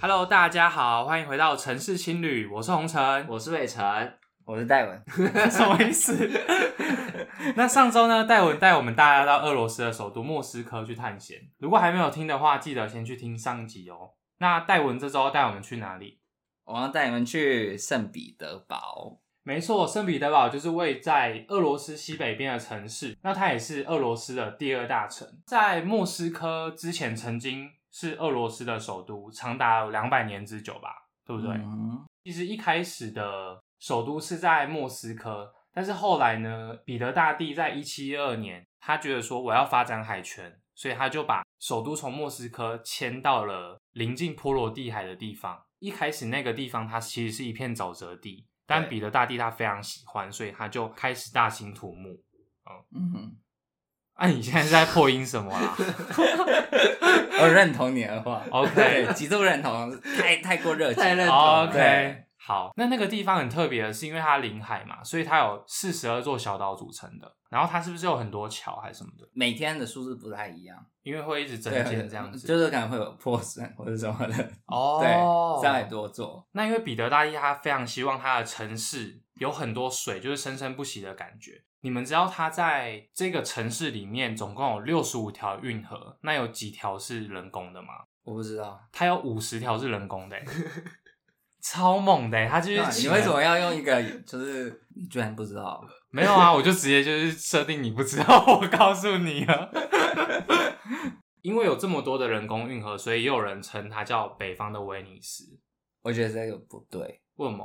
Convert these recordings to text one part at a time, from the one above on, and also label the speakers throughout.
Speaker 1: Hello，大家好，欢迎回到城市青旅，我是红尘。
Speaker 2: 我是伟成，
Speaker 3: 我是戴文，
Speaker 1: 什么意 思？那上周呢，戴文带我们大家到俄罗斯的首都莫斯科去探险。如果还没有听的话，记得先去听上集哦。那戴文这周带我们去哪里？
Speaker 3: 我要带你们去圣彼得堡。
Speaker 1: 没错，圣彼得堡就是位在俄罗斯西北边的城市，那它也是俄罗斯的第二大城。在莫斯科之前，曾经是俄罗斯的首都，长达两百年之久吧，对不对？
Speaker 3: 嗯
Speaker 1: 其实一开始的首都是在莫斯科，但是后来呢，彼得大帝在一七一二年，他觉得说我要发展海权，所以他就把首都从莫斯科迁到了临近波罗的海的地方。一开始那个地方它其实是一片沼泽地，但
Speaker 3: 对
Speaker 1: 彼得大帝他非常喜欢，所以他就开始大兴土木。
Speaker 3: 嗯，
Speaker 1: 啊，你现在是在破音什么啊啦？
Speaker 3: 我哦认同你的话
Speaker 1: OK
Speaker 3: 对极度认同，太太过热情，
Speaker 2: 太认同
Speaker 1: 哦
Speaker 2: 了
Speaker 1: OK，好，那那个地方很特别的是，因为它临海嘛，所以它有四十二座小岛组成的。然后它是不是有很多桥还是什么的？
Speaker 3: 每天的数字不太一样，
Speaker 1: 因为会一直增
Speaker 3: 对，
Speaker 1: 建这样子。
Speaker 3: 就是可能会有破损或者什么的，
Speaker 1: 哦
Speaker 3: 对，，三百。多座，
Speaker 1: 那因为彼得大帝他非常希望他的城市有很多水，就是生生不息的感觉。你们知道他在这个城市里面总共有六十五条运河，那有几条是人工的吗？
Speaker 3: 我不知道。
Speaker 1: 他有五十条是人工 的欸、超猛的欸、他就是
Speaker 3: 那你
Speaker 1: 请
Speaker 3: 为
Speaker 1: 人
Speaker 3: 什么要用一个？就是你居然不知道？
Speaker 1: 没有啊，我就直接就是设定你不知道，我告诉你啊了。 因为有这么多的人工运河，所以也有人称它叫北方的威尼斯。
Speaker 3: 我觉得这个不对。
Speaker 1: 为什么？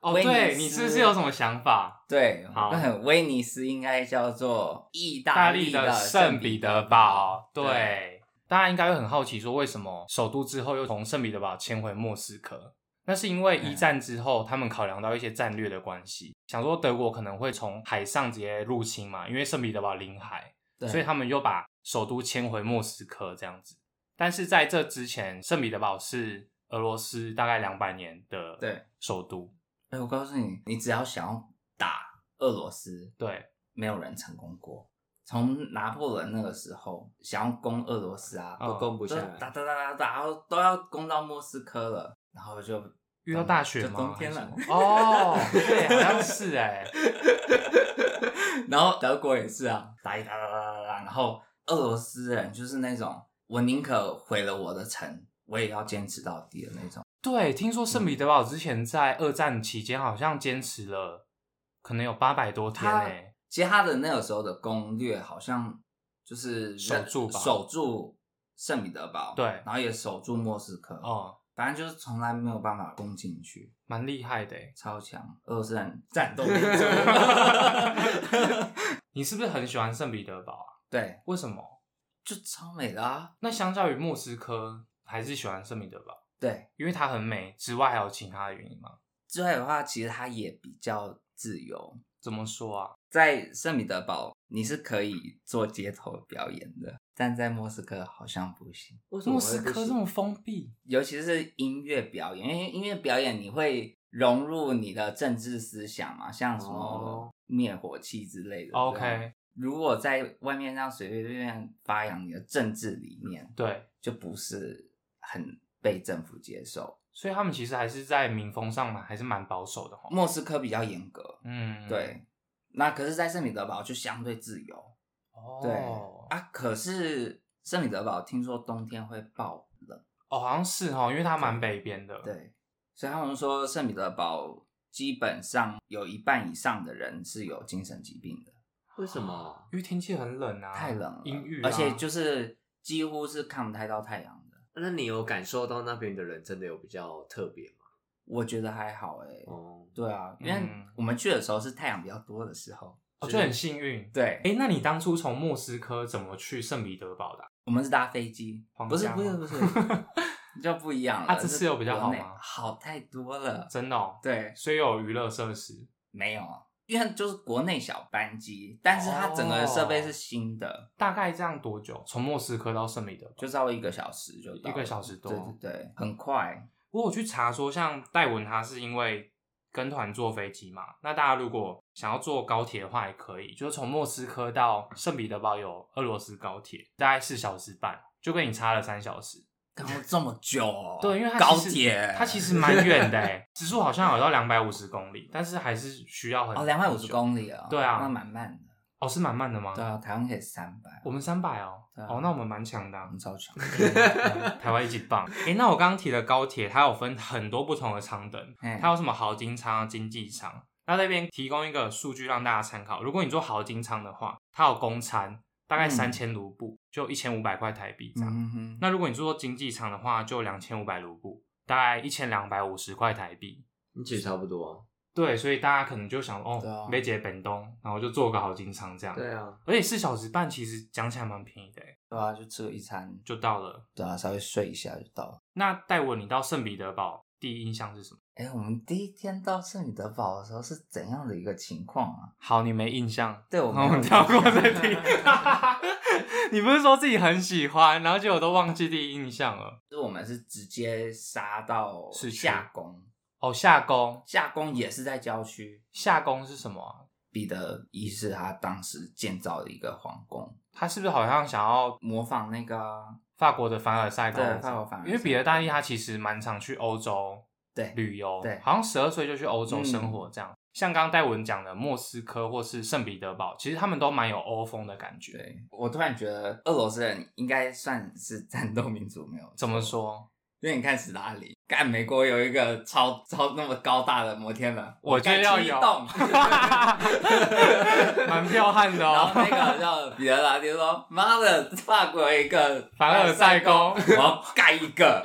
Speaker 1: 哦，
Speaker 3: 威尼斯
Speaker 1: 对你是不是有什么想法？
Speaker 3: 对，
Speaker 1: 好
Speaker 3: 那很威尼斯应该叫做意
Speaker 1: 大
Speaker 3: 大
Speaker 1: 力
Speaker 3: 的
Speaker 1: 的圣彼得堡，对，大家应该会很好奇，说为什么首都之后又从圣彼得堡迁回莫斯科？那是因为一战之后，他们考量到一些战略的关系，想说德国可能会从海上直接入侵嘛，因为圣彼得堡临海，
Speaker 3: 对，
Speaker 1: 所以他们又把首都迁回莫斯科这样子。但是在这之前，圣彼得堡是俄罗斯大概两百年的
Speaker 3: 对
Speaker 1: 首都。
Speaker 3: 哎、我告诉你，你只要想要打俄罗斯，
Speaker 1: 对，
Speaker 3: 没有人成功过。从拿破仑那个时候，想要攻俄罗斯啊，
Speaker 1: 哦
Speaker 2: 都攻不
Speaker 3: 就
Speaker 2: 下来。
Speaker 3: 打打打打打，然后都要攻到莫斯科了，然后就
Speaker 1: 遇到大雪
Speaker 3: 就
Speaker 1: 吗？
Speaker 3: 冬天了
Speaker 1: 还是什么哦，对，好像是哎、
Speaker 3: 然后德国也是啊，打一打打打打打，然后俄罗斯人就是那种我宁可毁了我的城，我也要坚持到底的那种。
Speaker 1: 对，听说圣彼得堡之前在二战期间好像坚持了，可能有八百多天哎、
Speaker 3: 他其实他的那个时候的攻略好像就是
Speaker 1: 守住吧
Speaker 3: 守住圣彼得堡，
Speaker 1: 对
Speaker 3: 然后也守住莫斯科，，
Speaker 1: 哦、
Speaker 3: 反正就是从来没有办法攻进去，
Speaker 1: 蛮厉害的、欸。
Speaker 3: 超强，俄罗斯 人战斗力
Speaker 1: 你是不是很喜欢圣彼得堡啊？
Speaker 3: 对，
Speaker 1: 为什么？
Speaker 3: 就超美的啊，
Speaker 1: 那相较于莫斯科，还是喜欢圣彼得堡？
Speaker 3: 对。
Speaker 1: 因为它很美之外，还有其他的原因吗？
Speaker 3: 之外的话，其实它也比较自由，
Speaker 1: 怎么说啊？
Speaker 3: 在圣彼得堡你是可以做街头表演的，但在莫斯科好像不行。
Speaker 2: 为什么
Speaker 1: 莫
Speaker 2: 会
Speaker 1: 斯科
Speaker 2: 不行
Speaker 1: 这么封闭，
Speaker 3: 尤其是音乐表演，因为音乐表演你会融入你的政治思想嘛，像什么
Speaker 2: 哦
Speaker 3: 灭火器之类的。
Speaker 1: OK
Speaker 3: 这种如果在外面这样随随便便发扬你的政治理念，
Speaker 1: 对，
Speaker 3: 就不是很被政府接受。
Speaker 1: 所以他们其实还是在民风上嘛，还是蛮保守的哈。
Speaker 3: 莫斯科比较严格，
Speaker 1: 嗯，，
Speaker 3: 对。那可是，在圣彼得堡就相对自由，
Speaker 1: 哦，
Speaker 3: 对、啊。可是圣彼得堡听说冬天会爆冷，
Speaker 1: 哦，好像是哦，因为它蛮北边的，，
Speaker 3: 对，所以他们说圣彼得堡基本上有一半以上的人是有精神疾病的，
Speaker 2: 为什么？
Speaker 1: 因为天气很冷啊，
Speaker 3: 太冷了，
Speaker 1: 阴郁啊、
Speaker 3: 而且就是几乎是看不太到太阳的。
Speaker 2: 那你有感受到那边的人真的有比较特别吗？
Speaker 3: 我觉得还好哎、
Speaker 2: 哦，
Speaker 3: 对啊，因为
Speaker 1: 嗯
Speaker 3: 我们去的时候是太阳比较多的时候，
Speaker 1: 我哦就很幸运。
Speaker 3: 对，
Speaker 1: 哎，那你当初从莫斯科怎么去圣彼得堡的啊、
Speaker 3: 我们是搭飞机，
Speaker 1: 皇
Speaker 3: 不是
Speaker 1: 家
Speaker 3: 不是
Speaker 1: 吗
Speaker 3: 不是， 就不一样了。
Speaker 1: 啊这次有比较
Speaker 3: 是
Speaker 1: 好
Speaker 3: 国内
Speaker 1: 吗
Speaker 3: 好太多了，
Speaker 1: 真的、哦，
Speaker 3: 对，
Speaker 1: 所以有娱乐设施。
Speaker 3: 没有，啊因为就是国内小班机，但是它整个设
Speaker 1: 哦
Speaker 3: 备是新的。
Speaker 1: 大概这样多久？从莫斯科到圣彼得堡？
Speaker 3: 就稍微一个小时就到了
Speaker 1: 一个小时多
Speaker 3: 对对对，很快。
Speaker 1: 我有去查说，像戴文他是因为跟团坐飞机嘛，那大家如果想要坐高铁的话也可以，就是从莫斯科到圣彼得堡有俄罗斯高铁，大概四小时半，就跟你差了三小时。
Speaker 3: 等了这么久 哦。
Speaker 1: 对，因为它
Speaker 3: 高
Speaker 1: 其实
Speaker 3: 铁，
Speaker 1: 它其实蛮远的、 欸，时速好像有到两百五十公里，但是还是需要很
Speaker 3: 哦，两百五十
Speaker 1: 久
Speaker 3: 公里哦，
Speaker 1: 对啊
Speaker 3: 那蛮慢的。
Speaker 1: 哦，是蛮慢的吗？
Speaker 3: 对啊，台湾可以三百，
Speaker 1: 我们三百哦，
Speaker 3: 对啊
Speaker 1: 哦，那我们蛮强的啊、
Speaker 3: 我们超 强。
Speaker 1: 呃台湾一级棒。 诶，那我刚刚提的高铁，它有分很多不同的舱等，
Speaker 3: 嗯
Speaker 1: 它有什么豪金舱、经济舱。那这边提供一个数据让大家参考，如果你坐豪金舱的话，它有公餐，大概
Speaker 3: 嗯
Speaker 1: 三千卢布，就一千五百块台币这样。
Speaker 3: 嗯哼，
Speaker 1: 那如果你坐经济舱的话，就两千五百卢布，大概一千两百五十块台币。
Speaker 2: 其实差不多
Speaker 1: 对，所以大家可能就想
Speaker 3: 对
Speaker 1: 哦
Speaker 3: 啊，
Speaker 1: 梅姐本东，然后就坐个豪金舱这
Speaker 2: 啊。
Speaker 1: 样。
Speaker 2: 对啊，
Speaker 1: 而且四小时半其实讲起来蛮便宜的欸，
Speaker 3: 对啊，就吃个一餐，
Speaker 1: 就到了。
Speaker 3: 对啊，稍微睡一下就到了。
Speaker 1: 那带我你到圣彼得堡，第一印象是什么？
Speaker 3: 哎、我们第一天到圣彼得堡的时候是怎样的一个情况啊？
Speaker 1: 好，你没印象，
Speaker 3: 对，我
Speaker 1: 我们
Speaker 3: 们
Speaker 1: 哦跳过这题。 你不是说自己很喜欢，然后结果都忘记第一印象了？
Speaker 3: 就是我们是直接杀到
Speaker 1: 市区
Speaker 3: 下宫，
Speaker 1: 哦，夏宫，
Speaker 3: 下宫也是在郊区。
Speaker 1: 夏宫是什么啊、
Speaker 3: 彼得一世他当时建造的一个皇宫，
Speaker 1: 他是不是好像想要
Speaker 3: 模仿那个啊
Speaker 1: 法国的凡尔赛宫？
Speaker 3: 对法国凡尔赛宫
Speaker 1: 因为彼得大帝他其实蛮常去欧洲
Speaker 3: 对
Speaker 1: 旅游，
Speaker 3: 对嗯
Speaker 1: 好像十二岁就去欧洲生活这样。像刚刚戴文讲的莫斯科或是圣彼得堡，其实他们都蛮有欧风的感觉。
Speaker 3: 对，我突然觉得俄罗斯人应该算是战斗民族，没有错
Speaker 1: 怎么？说？
Speaker 3: 因为你看史达林，干美国有一个超超那么高大的摩天轮，
Speaker 1: 我就
Speaker 3: 盖
Speaker 1: 要
Speaker 3: 去一
Speaker 1: 有
Speaker 3: 栋
Speaker 1: 蛮彪悍的哦
Speaker 3: 然后那个叫彼得拉蒂说：“妈的，法国有一个
Speaker 1: 凡尔赛宫
Speaker 3: 我要盖一 个。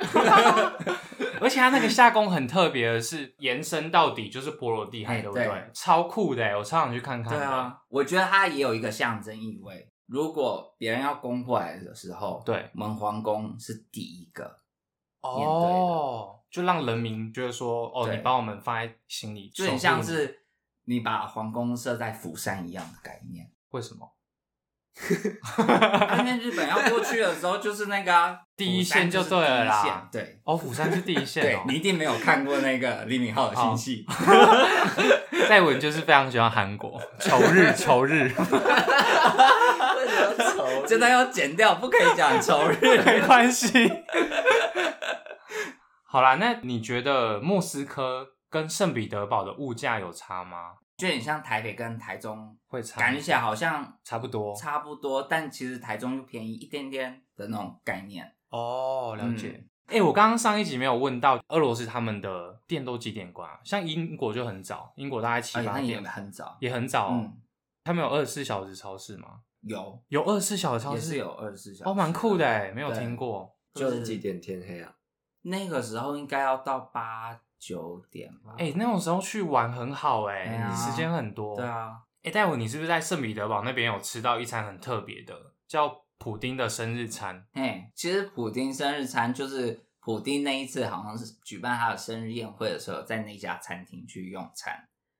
Speaker 1: 而且它那个下宫很特别的是，延伸到底就是波罗的海，
Speaker 3: 哎
Speaker 1: 对不对？
Speaker 3: 对
Speaker 1: 超酷的欸，我超想去看”看。
Speaker 3: 对，啊，我觉得它也有一个象征意味。如果别人要攻过来的时候，
Speaker 1: 对，
Speaker 3: 我们皇宫是第一个，面对的
Speaker 1: 哦，就让人民觉得说，哦，
Speaker 3: 对
Speaker 1: 你把我们放在心里，
Speaker 3: 就很
Speaker 1: 守护
Speaker 3: 像
Speaker 1: 你
Speaker 3: 是你把皇宫设在釜山一样的概 念。
Speaker 1: 为什么
Speaker 3: 当年日本要过去的时候，就是那个啊
Speaker 1: 第一线就
Speaker 3: 釜山就是
Speaker 1: 对了啦
Speaker 3: 第一线对。
Speaker 1: 哦，釜山是第一线
Speaker 3: 对
Speaker 1: 哦。
Speaker 3: 你一定没有看过那个 李敏镐的新戏，
Speaker 1: 戴文就是非常喜欢韩国，仇日仇日，
Speaker 2: 为什么 愁？
Speaker 3: 真的要剪掉，不可以讲仇日。
Speaker 1: 没关系。好啦，那你觉得莫斯科跟圣彼得堡的物价有差吗？
Speaker 3: 就很像台北跟台中，
Speaker 1: 会差吗，
Speaker 3: 感觉起来好像
Speaker 1: 差不多
Speaker 3: 差不多，但其实台中又便宜一点点的那种概念。
Speaker 1: 哦，了
Speaker 3: 嗯
Speaker 1: 解。哎、我刚刚上一集没有问到俄罗斯他们的店都几点关啊？像英国就很早，英国大概七
Speaker 3: 而且
Speaker 1: 八
Speaker 3: 它哎也
Speaker 1: 点，
Speaker 3: 很早，
Speaker 1: 也很早、哦。
Speaker 3: 嗯，
Speaker 1: 他们有二十四小时超市吗？
Speaker 3: 有
Speaker 1: 有二十四小时超
Speaker 3: 也
Speaker 1: 市
Speaker 3: 是有二十四小时，
Speaker 1: 哦，蛮酷的哎，没有
Speaker 3: 对
Speaker 1: 听。过。
Speaker 2: 就
Speaker 3: 就是
Speaker 2: 是几点天黑啊？
Speaker 3: 那个时候应该要到八九点吧？
Speaker 1: 哎、那种时候去玩很好哎、
Speaker 3: 哎呀
Speaker 1: 时间很多。
Speaker 3: 对。啊，
Speaker 1: 哎、戴文，你是不是在圣彼得堡那边有吃到一餐很特别的，叫普丁的生日餐？
Speaker 3: 嘿，哎其实普丁生日餐就是普丁那一次好像是举办他的生日宴会的时候，在那家餐厅去用餐，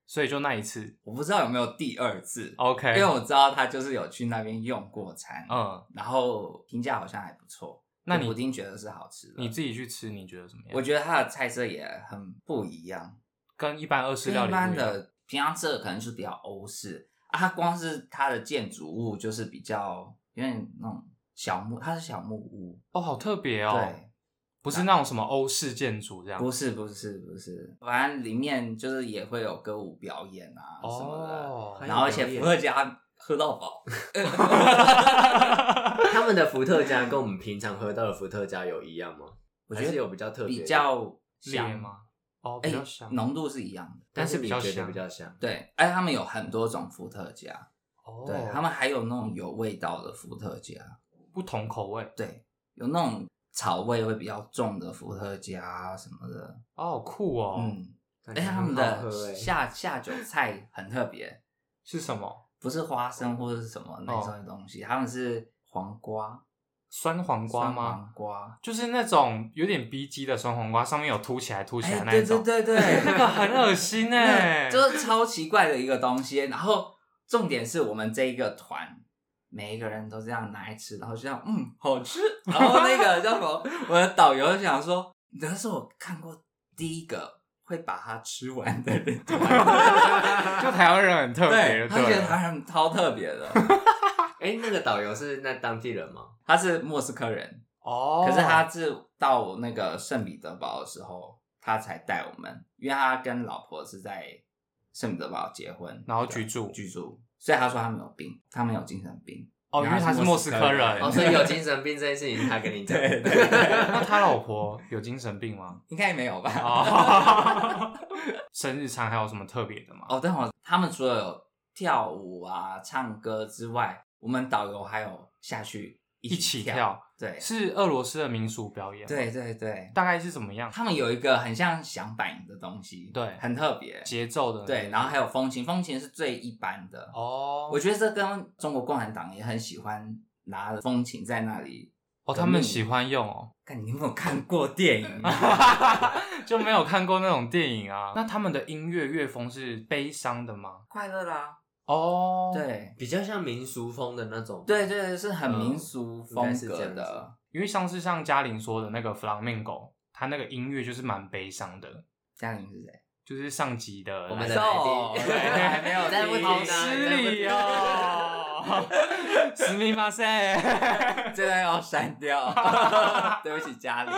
Speaker 1: 所以就那一次。
Speaker 3: 我不知道有没有第二次，因
Speaker 1: 哦 OK
Speaker 3: 为。我知道他就是有去那边用过餐，
Speaker 1: 嗯，
Speaker 3: 然后评价好像还不错。
Speaker 1: 那
Speaker 3: 就
Speaker 1: 你
Speaker 3: 普丁觉得是好吃的，
Speaker 1: 你自己去吃，你觉得怎么样？
Speaker 3: 我觉得它的菜色也很不一样，
Speaker 1: 跟一般俄式
Speaker 3: 跟
Speaker 1: 料理
Speaker 3: 一
Speaker 1: 不一样
Speaker 3: 般的平常吃的可能是比较欧式啊，它光是它的建筑物就是比较有点那种小木，它是小木屋，
Speaker 1: 哦，好特别哦。
Speaker 3: 对，
Speaker 1: 不是那种什么欧式建筑这样。
Speaker 3: 不是不是不是，反正里面就是也会有歌舞表演啊什么的，
Speaker 1: 哦
Speaker 2: 还有
Speaker 3: 然后而
Speaker 2: 表
Speaker 3: 且
Speaker 2: 演
Speaker 3: 伏特加喝到饱，
Speaker 2: 他们的伏特加跟我们平常喝到的伏特加有一样吗？
Speaker 3: 我
Speaker 2: 还
Speaker 3: 觉得
Speaker 2: 是有比较特别的
Speaker 3: 比较
Speaker 1: 烈
Speaker 3: 香？
Speaker 1: 吗？哦，比
Speaker 3: 哎
Speaker 1: 较香，，
Speaker 3: 浓度是一样的，
Speaker 2: 但是
Speaker 1: 比
Speaker 2: 你
Speaker 1: 较
Speaker 2: 觉得
Speaker 1: 香
Speaker 2: 比较香。
Speaker 3: 对，哎，他们有很多种伏特加，
Speaker 1: 哦，
Speaker 3: 对他们还有那种有味道的伏特加。
Speaker 1: 不同口味
Speaker 3: 对，有那种草味会比较重的伏特加啊什么的。
Speaker 1: 哦，好酷哦。
Speaker 3: 嗯，而
Speaker 2: 感
Speaker 3: 且
Speaker 2: 觉
Speaker 3: 他们
Speaker 2: 很好喝
Speaker 3: 的
Speaker 2: 欸
Speaker 3: 下下酒菜很特别，
Speaker 1: 是什么？
Speaker 3: 不是花生或者是什么
Speaker 1: 哦
Speaker 3: 那种东西，他们是黄瓜，
Speaker 1: 酸黄瓜
Speaker 3: 酸
Speaker 1: 吗？
Speaker 3: 黄瓜。
Speaker 1: 就是那种有点逼鸡的酸黄瓜，上面有凸起来凸起来
Speaker 3: 哎，
Speaker 1: 那
Speaker 3: 对
Speaker 1: 一
Speaker 3: 对
Speaker 1: 种，
Speaker 3: 对对，
Speaker 1: 那个很恶心哎。
Speaker 3: 那就是超奇怪的一个东西。然后重点是我们这一个团。每一个人都这样拿来吃，然后就这样，嗯，好吃。然后那个叫什么，我的导游就想说，那是我看过第一个会把它吃完的人团，
Speaker 1: 就台湾人很特别，
Speaker 3: 对，他觉得
Speaker 1: 对
Speaker 3: 台
Speaker 1: 了。
Speaker 3: 湾人超特别的。
Speaker 2: 哎，那个导游是那当地人吗？
Speaker 3: 他是莫斯科人，
Speaker 1: 哦，
Speaker 3: 可是他是到那个圣彼得堡的时候，他才带我们，因为他跟老婆是在圣彼得堡结婚，
Speaker 1: 然后居住
Speaker 3: 居住，所以他说他没有病，他没有精神病。
Speaker 1: 哦，因为他是 莫斯科人，
Speaker 2: 哦，所以有精神病这件事情，他跟你 讲，
Speaker 3: 对对
Speaker 1: 那他老婆有精神病吗？
Speaker 3: 应该没有吧？
Speaker 1: 哦， 生日餐还有什么特别的吗？
Speaker 3: 哦，但我他们除了有跳舞啊、唱歌之外，我们导游还有下去一
Speaker 1: 一起，跳
Speaker 3: 对
Speaker 1: 是俄罗斯的民俗表演，，
Speaker 3: 对对对，
Speaker 1: 大概是怎么样？
Speaker 3: 他们有一个很像响板的东西，
Speaker 1: 对
Speaker 3: 很特别，
Speaker 1: 节奏的
Speaker 3: 对，然后还有风琴，风琴是最一般的。
Speaker 1: 哦，
Speaker 3: 我觉得这跟中国共产党也很喜欢拿着风琴在那里。
Speaker 1: 哦，他们喜欢用 哦，
Speaker 3: 看你有没有看过电影？啊
Speaker 1: 就没有看过那种电影啊。那他们的音乐乐风是悲伤的吗？
Speaker 3: 快乐
Speaker 2: 啊
Speaker 3: 啦，
Speaker 1: 哦，，
Speaker 3: 对
Speaker 2: 比较像民俗风的那种。
Speaker 3: 对，对，是很
Speaker 2: 嗯
Speaker 3: 民俗
Speaker 2: 应
Speaker 3: 风
Speaker 2: 该是这
Speaker 3: 格
Speaker 2: 样子
Speaker 3: 的。
Speaker 1: 因为上次像嘉玲说的那个 Flamingo，他那个音乐就是蛮悲伤的，
Speaker 3: 嘉玲是谁？
Speaker 1: 就是上集的
Speaker 2: 我们的
Speaker 1: 来
Speaker 2: 来
Speaker 3: 哦
Speaker 2: 宾，
Speaker 3: 对还没有
Speaker 2: 你在不
Speaker 3: 听
Speaker 2: 听
Speaker 1: 好
Speaker 2: 啊
Speaker 1: 失礼。哦，十米马赛。
Speaker 3: 这段要删 掉，对不起，嘉玲。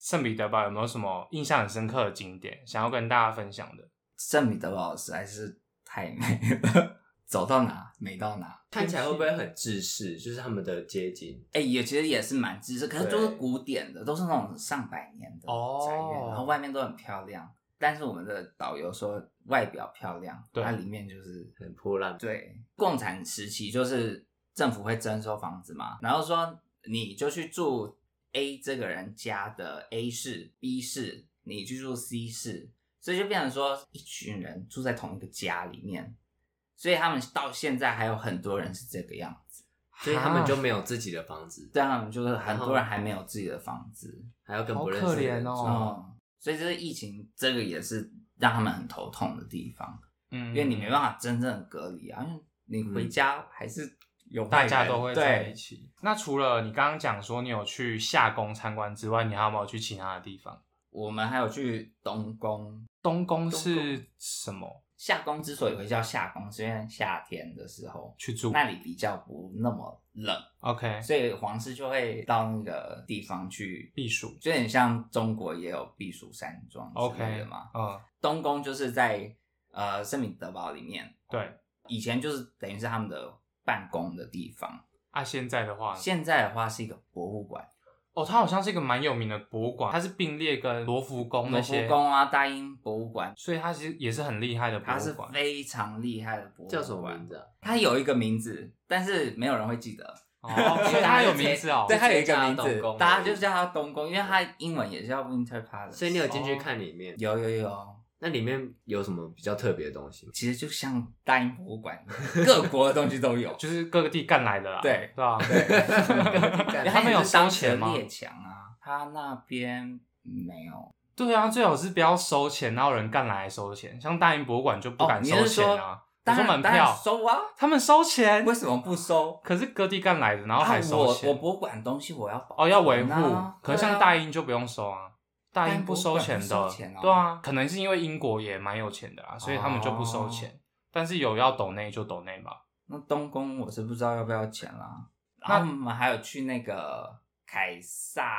Speaker 1: 圣彼得堡有没有什么印象很深刻的景点想要跟大家分享的？
Speaker 3: 圣彼得堡实在是太美了，走到哪美到哪。
Speaker 2: 看起来会不会很自私？就是他们的街景，
Speaker 3: 哎、也其实也是蛮知识，可是都是
Speaker 2: 对
Speaker 3: 古典的，都是那种上百年的
Speaker 1: 哦
Speaker 3: 宅院，然后外面都很漂亮。但是我们的导游说外表漂亮，
Speaker 1: 对
Speaker 3: 它里面就是
Speaker 2: 很破烂。
Speaker 3: 对共产时期就是政府会征收房子嘛，然后说你就去住 A 这个人家的 A 室、B 室，你去住 C 室，所以就变成说一群人住在同一个家里面，所以他们到现在还有很多人是这个样子。
Speaker 2: 所以他们就没有自己的房子，
Speaker 3: 对他们就是很多人还没有自己的房子，
Speaker 2: 还要跟
Speaker 1: 好
Speaker 2: 不认
Speaker 1: 可
Speaker 2: 识的人
Speaker 1: 怜
Speaker 2: 住
Speaker 1: 哦
Speaker 3: 嗯，所以这个疫情这个也是让他们很头痛的地方，
Speaker 1: 嗯
Speaker 3: 因为你没办法真正隔离啊，因为你回家还是有外
Speaker 1: 大
Speaker 3: 人
Speaker 1: 家都会在一
Speaker 3: 对，
Speaker 1: 起。那除了你刚刚讲说你有去夏宫参观之外，你还有没有去其他的地方？
Speaker 3: 我们还有去东宫。
Speaker 1: 东宫是什么？
Speaker 3: 夏宫之所以会叫夏宫，是因为夏天的时候
Speaker 1: 去住
Speaker 3: 那里比较不那么冷，
Speaker 1: ？OK，
Speaker 3: 所以皇室就会到那个地方去
Speaker 1: 避暑。
Speaker 3: 就有点像中国也有避暑山庄之类
Speaker 1: OK，
Speaker 3: 的嘛。
Speaker 1: 嗯，
Speaker 3: 东宫就是在呃圣彼得堡里面，
Speaker 1: 对。
Speaker 3: 以前就是等于是他们的办公的地方，
Speaker 1: 啊，现在的话呢，
Speaker 3: 现在的话是一个博物馆，
Speaker 1: 哦，它好像是一个蛮有名的博物馆，它是并列跟罗浮宫那
Speaker 3: 罗浮
Speaker 1: 些，
Speaker 3: 宫啊、大英博物馆，
Speaker 1: 所以它其实也是很厉害的博
Speaker 3: 它
Speaker 1: 物
Speaker 3: 是
Speaker 1: 馆。
Speaker 3: 非常厉害的博物馆。
Speaker 2: 叫什么名字？啊？
Speaker 3: 它有一个名字，但是没有人会记得。
Speaker 1: 哦，所以它有名字哦。
Speaker 3: 对，它有一
Speaker 2: 直接
Speaker 3: 个
Speaker 2: 叫它
Speaker 3: 名字
Speaker 2: 东宫而，已
Speaker 3: 大家就叫它东宫，因为它英文也叫 Winter
Speaker 1: 哦
Speaker 3: Palace。
Speaker 2: 所以你有进去看里面，
Speaker 3: 有有有，
Speaker 2: 那里面有什么比较特别的东西吗？
Speaker 3: 其实就像大英博物馆， 各国的东西都有。
Speaker 1: 就是各个地干来的啦，
Speaker 3: 对
Speaker 1: 对吧？
Speaker 3: 他
Speaker 1: 他们有收钱吗
Speaker 3: 列强啊，他那边没有。
Speaker 1: 对啊，最好是不要收钱，然后有人干来收钱，像大英博物馆就不
Speaker 3: 哦
Speaker 1: 敢
Speaker 3: 你
Speaker 1: 收
Speaker 3: 是
Speaker 1: 钱
Speaker 3: 说
Speaker 1: 啊。我
Speaker 3: 当
Speaker 1: 说
Speaker 3: 然
Speaker 1: 门
Speaker 3: 当然
Speaker 1: 票
Speaker 3: 收啊，
Speaker 1: 他们收钱，
Speaker 3: 为什么不收？
Speaker 1: 可是各地干来的，然后还
Speaker 3: 啊，
Speaker 1: 收
Speaker 3: 我
Speaker 1: 钱。
Speaker 3: 我博物馆的东西我要保
Speaker 1: 哦，要维护
Speaker 3: 存啊。
Speaker 1: 可是像大英就不用收啊，大
Speaker 3: 大
Speaker 1: 英
Speaker 3: 英
Speaker 1: 不
Speaker 3: 博物
Speaker 1: 收
Speaker 3: 馆
Speaker 1: 钱
Speaker 3: 不
Speaker 1: 的，
Speaker 3: 收钱哦
Speaker 1: 对啊，可能是因为英国也蛮有钱的啊，所以他们就不
Speaker 3: 哦
Speaker 1: 收钱。但是有要抖内就抖内吧。
Speaker 3: 那东宫我是不知道要不要钱啦。
Speaker 1: 那
Speaker 3: 然后我们还有去那个凯撒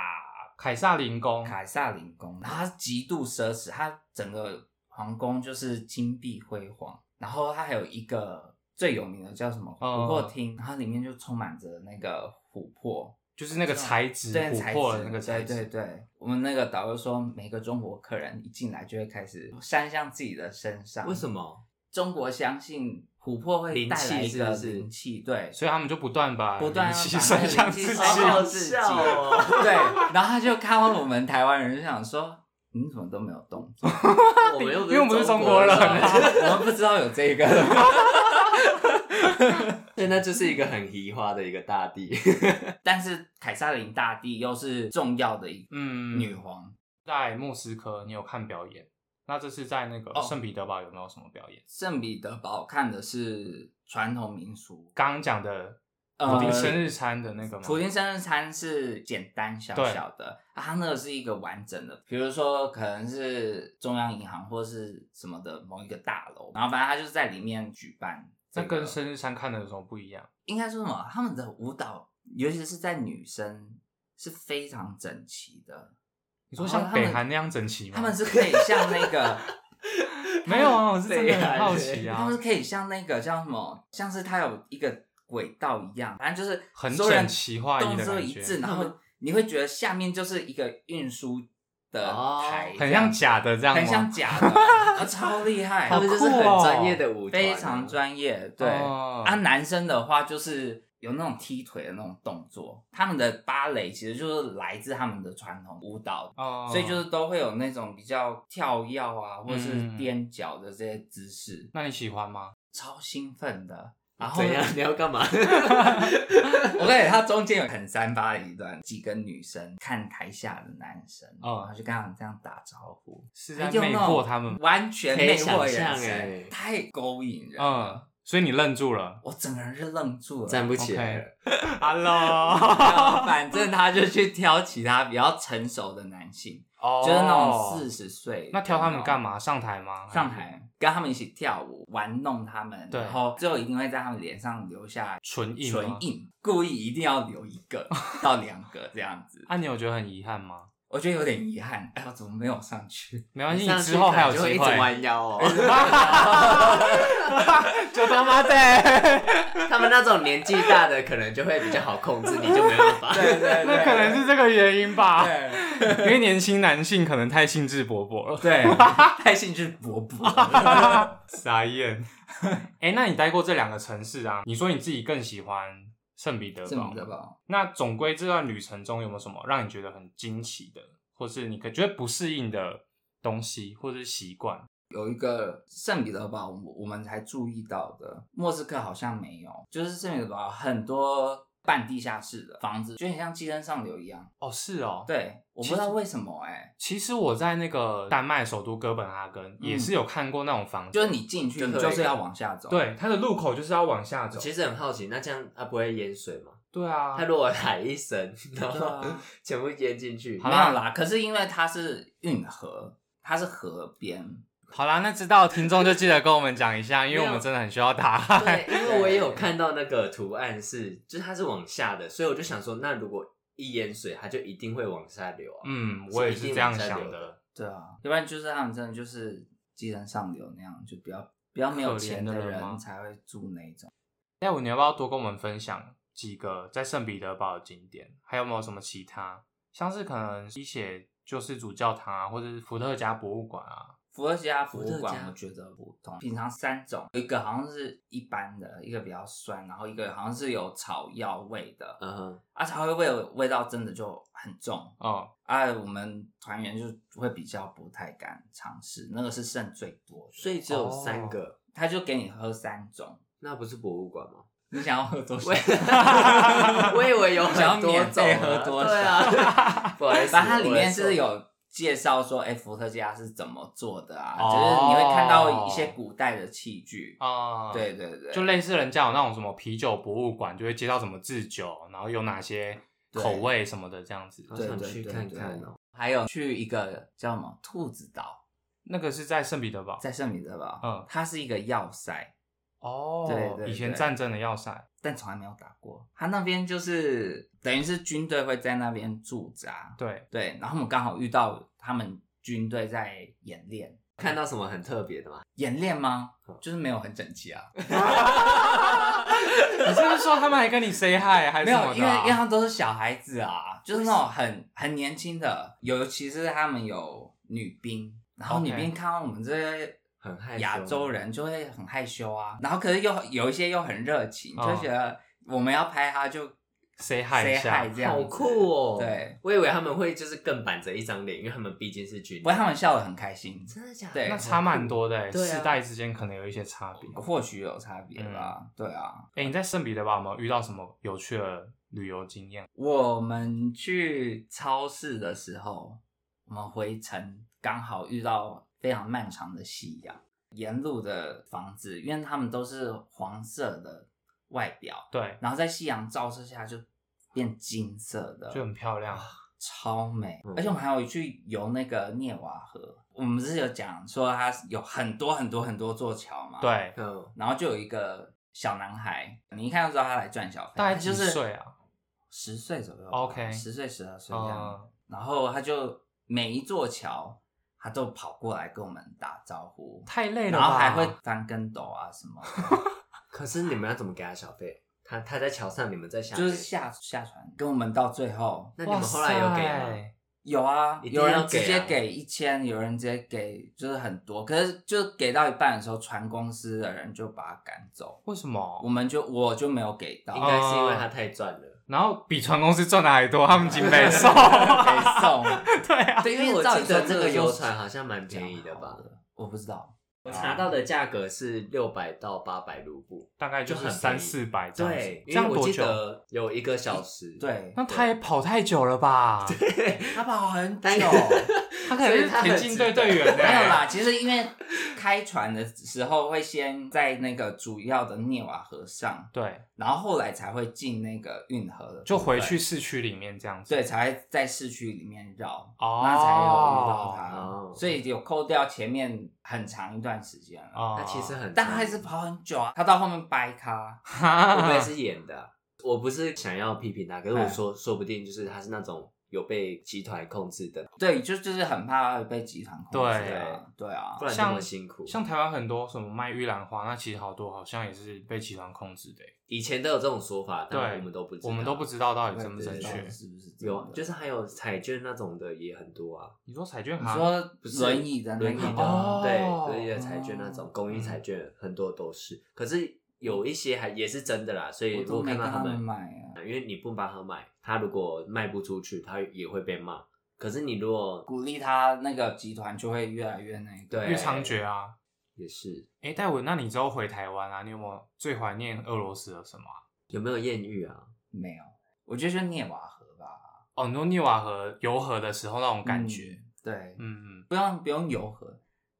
Speaker 1: 凯撒林宫，
Speaker 3: 凯撒林宫，然后它极度奢侈，它整个皇宫就是金碧辉煌，然后它还有一个最有名的叫什么
Speaker 1: 哦
Speaker 3: 琥珀厅，然后里面就充满着那个琥珀，
Speaker 1: 就是那个材质
Speaker 3: 对
Speaker 1: 琥
Speaker 3: 材
Speaker 1: 珀
Speaker 3: 质
Speaker 1: 的那个材
Speaker 3: 对对
Speaker 1: 质。
Speaker 3: 对，我们那个导游说，每个中国客人一进来就会开始扇向自己的身上，
Speaker 2: 为什？么？
Speaker 3: 中国相信琥珀会带来
Speaker 2: 灵
Speaker 3: 一
Speaker 2: 气
Speaker 3: 个
Speaker 2: 是不是
Speaker 3: 灵气，对，
Speaker 1: 所以他们就不断把
Speaker 3: 不断要
Speaker 1: 气
Speaker 3: 把那
Speaker 1: 伸
Speaker 3: 个
Speaker 1: 向
Speaker 3: 灵气
Speaker 1: 自己
Speaker 3: 伸。向自己
Speaker 2: 好好笑哦
Speaker 3: 对，然后他就看到我们台湾人，就想说，你怎么都没有动 作？
Speaker 2: 我们又
Speaker 1: 因为我们是中
Speaker 2: 啊
Speaker 1: 国人啊
Speaker 3: 我们不知道有这个，
Speaker 2: 对，那就是一个很移花的一个大地。
Speaker 3: 但是凯撒琳大帝又是重要的一
Speaker 1: 嗯，
Speaker 3: 女皇，
Speaker 1: 在莫斯科你有看表演？那这次在那个
Speaker 3: 哦
Speaker 1: 圣彼得堡有没有什么表演？
Speaker 3: 圣彼得堡看的是传统民俗，
Speaker 1: 刚刚讲的
Speaker 3: 呃
Speaker 1: 普丁生日餐的那个吗？
Speaker 3: 普丁生日餐是简单小小的，啊，它那个是一个完整的，比如说可能是中央银行或是什么的某一个大楼，然后反正它就是在里面举办、这
Speaker 1: 那
Speaker 3: 个。
Speaker 1: 跟生日餐看的有什么不一样？
Speaker 3: 应该说什么？他们的舞蹈，尤其是在女生是非常整齐的。
Speaker 1: 你说
Speaker 3: 然
Speaker 1: 像
Speaker 3: 哦后他们
Speaker 1: 北韩那样整齐吗？
Speaker 3: 他们是可以像那个
Speaker 1: 没有啊，我是真的
Speaker 2: 北
Speaker 1: 很
Speaker 2: 韩
Speaker 1: 好奇
Speaker 3: 他
Speaker 1: 啊
Speaker 3: 们。是可以像那个叫什么，像是它有一个轨道一样，反正就是
Speaker 1: 很
Speaker 3: 所有人
Speaker 1: 整齐划一的
Speaker 3: 动作
Speaker 1: 感
Speaker 3: 一
Speaker 1: 觉
Speaker 3: 致，然
Speaker 2: 嗯
Speaker 3: 后你会觉得下面就是一个运输的
Speaker 2: 哦
Speaker 3: 台，
Speaker 1: 很
Speaker 3: 这样
Speaker 1: 像假的这样吗？
Speaker 3: 很像假的， 啊，超厉害，
Speaker 1: 好
Speaker 2: 他们就是很
Speaker 1: 酷哦
Speaker 2: 专业的舞团啊，
Speaker 3: 非常专业。对，
Speaker 1: 哦
Speaker 3: 啊，男生的话就是有那种踢腿的那种动作，他们的芭蕾其实就是来自他们的传统舞蹈，
Speaker 1: 哦
Speaker 3: 所以就是都会有那种比较跳跃啊，或者是
Speaker 1: 嗯
Speaker 3: 踮脚的这些姿势，
Speaker 1: 那你喜欢吗？
Speaker 3: 超兴奋的。然后
Speaker 2: 怎样？你要干 嘛？
Speaker 3: 我跟你讲，他中间有很三八的一段，几个女生看台下的男生，
Speaker 1: 嗯
Speaker 3: 然后就跟他们这样打招呼，
Speaker 1: 是在
Speaker 3: 用
Speaker 1: 魅
Speaker 3: 那
Speaker 1: 惑
Speaker 3: 种
Speaker 1: 他们？
Speaker 3: 完全
Speaker 2: 可以
Speaker 3: 魅
Speaker 2: 想
Speaker 3: 惑人
Speaker 2: 象
Speaker 3: 生
Speaker 2: 欸，
Speaker 3: 太勾引人了。
Speaker 1: 嗯，所以你愣住了。
Speaker 3: 我整个人是愣住了，
Speaker 2: 站不起来
Speaker 1: OK
Speaker 2: 了。
Speaker 1: Hello，
Speaker 3: 反正他就去挑其他比较成熟的男性，
Speaker 1: 哦
Speaker 3: 就是那种四。十岁。
Speaker 1: 那挑他们干
Speaker 3: 嘛？
Speaker 1: 嘛？上台吗？
Speaker 3: 上台跟他们一起跳舞，玩弄他们，
Speaker 1: 对
Speaker 3: 然后最后一定会在他们脸上留下
Speaker 1: 纯印吗
Speaker 3: 唇印，故意一定要留一 个到两个这样子。
Speaker 1: 啊，你有觉得很遗憾吗？
Speaker 3: 我觉得有点遗憾，哎，我怎么没有上去？
Speaker 1: 没关系，
Speaker 2: 上
Speaker 1: 你
Speaker 2: 去
Speaker 1: 之后还有
Speaker 2: 可
Speaker 1: 机
Speaker 2: 能就会
Speaker 1: 会
Speaker 2: 一。直弯腰哦。
Speaker 1: 就他妈的，
Speaker 2: 他们那种年纪大的可能就会比较好控制，你就没办法。
Speaker 3: 对对
Speaker 1: 那可能是这个原因吧。
Speaker 3: 对
Speaker 1: 因为年轻男性可能太兴致勃勃了。
Speaker 3: 对，太兴致勃勃了。
Speaker 1: 傻眼。哎、那你待过这两个城市啊？你说你自己更喜欢 圣彼得
Speaker 3: 这么
Speaker 1: 堡，
Speaker 3: 的吧？
Speaker 1: 那总归这段旅程中有没有什么让你觉得很惊奇的，或是你可觉得不适应的东西，或是习惯？
Speaker 3: 有一个圣彼得堡，我我们才注意到的，莫斯科好像没有。就是圣彼得堡很多半地下室的房子，就很像寄生上流一样。
Speaker 1: 哦，是哦，。
Speaker 3: 对，我不知道为什么哎、
Speaker 1: 其实我在那个丹麦首都哥本哈根也是有看过那种房子，
Speaker 3: 就是你进去，
Speaker 2: 就
Speaker 3: 你
Speaker 2: 特
Speaker 3: 就是
Speaker 2: 别
Speaker 3: 要
Speaker 2: 高
Speaker 3: 往下走。，
Speaker 1: 对它的入口就是要往下走。
Speaker 2: 其实很好奇，那这样啊它不会淹水吗？
Speaker 1: 对啊
Speaker 2: 它，如果喊 一声，然
Speaker 3: 对
Speaker 2: 后
Speaker 3: 啊
Speaker 2: 全部淹进去，
Speaker 3: 没
Speaker 1: 好
Speaker 3: 有
Speaker 1: 啦
Speaker 3: 啦。可是因为它是运河，它是河 边，
Speaker 1: 好啦，那知道的听众就记得跟我们讲一下，因为我们真的很需要答案。
Speaker 2: 对，因为我也有看到那个图案是，就是它是往下的，所以我就想说，那如果一淹水，它就一定会往下流啊。
Speaker 1: 嗯，我也
Speaker 2: 是一
Speaker 1: 是
Speaker 2: 定
Speaker 1: 这样
Speaker 2: 往下
Speaker 1: 想
Speaker 2: 流
Speaker 1: 的。
Speaker 3: 对啊，要不然就是他们真的就是寄生上流那样，就比较比较没
Speaker 1: 可
Speaker 3: 有
Speaker 1: 怜
Speaker 3: 钱
Speaker 1: 的
Speaker 3: 的
Speaker 1: 人吗
Speaker 3: 人才会住那种。
Speaker 1: 那哎我你要不要多跟我们分享几个在圣彼得堡的景点？还有没有什么其他？像是可能一些救世主教堂啊，或者是伏特加博物馆啊。
Speaker 3: 伏特加博
Speaker 2: 伏特
Speaker 3: 物馆
Speaker 2: 加
Speaker 3: 我觉得普通，平常三种，有一个好像是一般的，一个比较酸，然后一个好像是有草药味的，
Speaker 2: 嗯哼，
Speaker 3: 啊，草药味的味道真的就很重，
Speaker 1: 哦，
Speaker 3: 啊，我们团员就会比较不太敢尝试，那个是剩最多的，
Speaker 2: 所以只有
Speaker 1: 哦
Speaker 2: 三个，
Speaker 3: 他就给你喝三种，
Speaker 2: 那不是博物馆吗？
Speaker 3: 你想要喝多少
Speaker 2: 我？我以为有
Speaker 3: 想要
Speaker 2: 很多
Speaker 3: 免
Speaker 2: 种、
Speaker 3: 费
Speaker 2: 啊，
Speaker 3: 喝多少？
Speaker 2: 对 啊，不好意思，
Speaker 3: 反正它里
Speaker 2: 我的
Speaker 3: 面
Speaker 2: 错
Speaker 3: 是有介绍说，哎、伏特加是怎么做的啊？
Speaker 1: 哦
Speaker 3: 就是你会看到一些古代的器具。
Speaker 1: 啊、
Speaker 3: 对，对对，
Speaker 1: 就类似人家有那种什么啤酒博物馆，就会介绍什么制酒，然后有哪些口味什么的这样子。
Speaker 2: 好
Speaker 3: 对
Speaker 2: 想
Speaker 3: 对
Speaker 2: 去
Speaker 3: 对
Speaker 2: 看
Speaker 3: 对
Speaker 2: 看哦、
Speaker 3: 还有去一个叫什么兔子岛，
Speaker 1: 那个是在圣彼得堡。
Speaker 3: 在圣彼得堡，
Speaker 1: 嗯
Speaker 3: 它是一个要塞，
Speaker 1: 哦，
Speaker 3: 对对
Speaker 1: 以前
Speaker 3: 对
Speaker 1: 战争的要塞。
Speaker 3: 但从来没有打过。它那边就是等于是军队会在那边驻扎，
Speaker 1: 对，
Speaker 3: 对，然后我们刚好遇到他们军队在演练，
Speaker 2: 看到什么很特别的吗？
Speaker 3: 演练吗？
Speaker 1: 嗯
Speaker 3: 就是没有很整齐啊，
Speaker 1: 你是不是说他们还跟你 say hi 还是
Speaker 3: 没
Speaker 1: 什么
Speaker 3: 有，因
Speaker 1: 的
Speaker 3: 为
Speaker 1: 啊、
Speaker 3: 因为他们都是小孩子啊，就是那种很很年轻的，尤其是他们有女兵，然后
Speaker 1: OK
Speaker 3: 女兵看到我们这些
Speaker 2: 很害羞
Speaker 3: 亚洲人就会很害羞啊，然后可是又有一些又很热情，
Speaker 1: 哦
Speaker 3: 就觉得我们要拍他就
Speaker 1: say hi 一
Speaker 3: say
Speaker 1: 下
Speaker 3: hi 这样
Speaker 2: 好
Speaker 3: 子
Speaker 2: 酷哦、
Speaker 3: 对，
Speaker 2: 我以为他们会就是更板着一张脸，因为他们毕竟是军人。
Speaker 3: 不过他们笑得很开心，
Speaker 2: 真的假的？
Speaker 3: 对
Speaker 1: 那差蛮多的、欸，
Speaker 2: 对啊
Speaker 1: 世代之间可能有一些差别。
Speaker 3: 或许有差别吧，对啊。
Speaker 1: 哎、你在圣彼得堡有没有遇到什么有趣的旅游经验？
Speaker 3: 我们去超市的时候，我们回程刚好遇到非常漫长的夕阳。沿路的房子，因为他们都是黄色的外表，
Speaker 1: 对，
Speaker 3: 然后在夕阳照射下就变金色的，
Speaker 1: 就很漂亮。
Speaker 2: 啊
Speaker 3: 超美。
Speaker 2: 嗯
Speaker 3: 而且我们还有去游那个涅瓦河，我们不是有讲说它有很多很多很多座桥嘛？。
Speaker 1: 对，
Speaker 2: 嗯，
Speaker 3: 然后就有一个小男孩，你一看就知道他来赚小费，
Speaker 1: 大概
Speaker 3: 他就
Speaker 1: 几
Speaker 3: 是
Speaker 1: 岁啊？
Speaker 3: 十岁左右
Speaker 1: OK
Speaker 3: 十岁十二岁这样。
Speaker 2: 哦
Speaker 1: 嗯
Speaker 3: 然后他就每一座桥，他都跑过来跟我们打招呼，
Speaker 1: 太累了
Speaker 3: 然
Speaker 1: 吧，
Speaker 3: 后还会翻跟斗啊什么的，
Speaker 2: 可是你们要怎么给他小费？他他在桥上，你们在下面，
Speaker 3: 就是下下船跟我们到最后。
Speaker 2: 那你们后来有给
Speaker 1: 哇
Speaker 2: 吗？
Speaker 1: 塞
Speaker 3: 有啊，
Speaker 2: 一定
Speaker 3: 有
Speaker 2: 要
Speaker 3: 人
Speaker 2: 给啊
Speaker 3: 直接给一千，有人直接给就是很多，可是就给到一半的时候，船公司的人就把他赶走，
Speaker 1: 为什么
Speaker 3: 我？们就我就没有给到，哦
Speaker 2: 应该是因为他太赚了。
Speaker 1: 然后比船公司赚的还多，他们已经没收。
Speaker 2: 啊
Speaker 3: 没 送。
Speaker 1: 对啊，
Speaker 3: 对，因
Speaker 2: 我
Speaker 3: 为照理
Speaker 2: 记
Speaker 3: 说
Speaker 2: 得
Speaker 3: 这
Speaker 2: 这
Speaker 3: 个
Speaker 2: 个
Speaker 3: 游
Speaker 2: 游
Speaker 3: 船
Speaker 2: 船好像蛮便宜的吧？
Speaker 3: 我不知道，
Speaker 2: 我查到的价格是六百到八百卢布。
Speaker 1: 大概就是
Speaker 2: 就很
Speaker 1: 三
Speaker 2: 便宜
Speaker 1: 四百这样子
Speaker 2: 对，
Speaker 1: 这
Speaker 2: 因为
Speaker 1: 样
Speaker 2: 我
Speaker 1: 多
Speaker 2: 记
Speaker 1: 久？
Speaker 2: 得有一个小时。，
Speaker 3: 对，
Speaker 1: 那他也跑太久了吧？
Speaker 3: 他跑很久，
Speaker 2: 但
Speaker 3: 没有
Speaker 1: 他可能
Speaker 2: 所以
Speaker 1: 是
Speaker 2: 他
Speaker 1: 田
Speaker 2: 很
Speaker 1: 径
Speaker 2: 值
Speaker 1: 队
Speaker 2: 得
Speaker 1: 队员呢。欸
Speaker 3: 啦。其实因为开船的时候会先在那个主要的涅瓦河上，
Speaker 1: 对，
Speaker 3: 然后后来才会进那个运河的，
Speaker 1: 就回去，市区里面这样子。
Speaker 3: 对，才会在市区里面绕，
Speaker 1: 哦，
Speaker 3: 那才有遇到他，
Speaker 2: 哦
Speaker 3: 所以有扣掉前面很长一段时间了。
Speaker 1: 哦，
Speaker 2: 那 其实很，
Speaker 3: 但他还是 跑很久啊，他到后面掰咖，
Speaker 2: 会不会
Speaker 1: 哈，
Speaker 2: 是演的啊、我不是想要批评他，可是
Speaker 3: 嗯
Speaker 2: 我说，说不定就是他是那种有被集团控制的，
Speaker 3: 对，就就是很怕会被集团控制啊，对啊
Speaker 2: 不，然这
Speaker 1: 像
Speaker 2: 么辛苦。
Speaker 1: 像台湾很多什么卖玉兰花，那其实好多好像也是被集团控制的欸，
Speaker 2: 以前都有这种说法，但
Speaker 1: 对
Speaker 2: 我们都不知道，
Speaker 1: 我们都不知道到底正不
Speaker 3: 我也
Speaker 1: 正
Speaker 3: 不知道
Speaker 1: 确。
Speaker 3: 是不是真的
Speaker 2: 有，就是还有彩券那种的也很多啊，
Speaker 1: 你说彩券
Speaker 3: 你
Speaker 1: 行，
Speaker 3: 说
Speaker 2: 不是
Speaker 3: 轮椅的那
Speaker 2: 轮椅
Speaker 3: 个
Speaker 2: 的，
Speaker 1: 哦
Speaker 3: 吗，
Speaker 2: 对，轮椅的彩券那
Speaker 3: 哦
Speaker 2: 种，公益彩券很多都是，可是有一些还也是真的啦，所以
Speaker 3: 我
Speaker 2: 如果
Speaker 3: 都没
Speaker 2: 看
Speaker 3: 跟
Speaker 2: 到
Speaker 3: 他
Speaker 2: 他
Speaker 3: 们
Speaker 2: 们，
Speaker 3: 买啊，
Speaker 2: 因为你不帮他买，他如果卖不出去，他也会被骂。可是你如果
Speaker 3: 鼓励他那个集团就会越来越那个。
Speaker 2: 对
Speaker 1: 越猖獗啊！
Speaker 2: 也是
Speaker 1: 哎，戴文，那你之后回台湾啊，你有没有最怀念俄罗斯的什么啊？
Speaker 2: 有没有艳遇啊？
Speaker 3: 没有，我觉得就是涅瓦河吧，
Speaker 1: 哦，你说涅瓦河游河的时候那种感觉，
Speaker 3: 嗯对，
Speaker 1: 嗯嗯，
Speaker 3: 不用不用游河，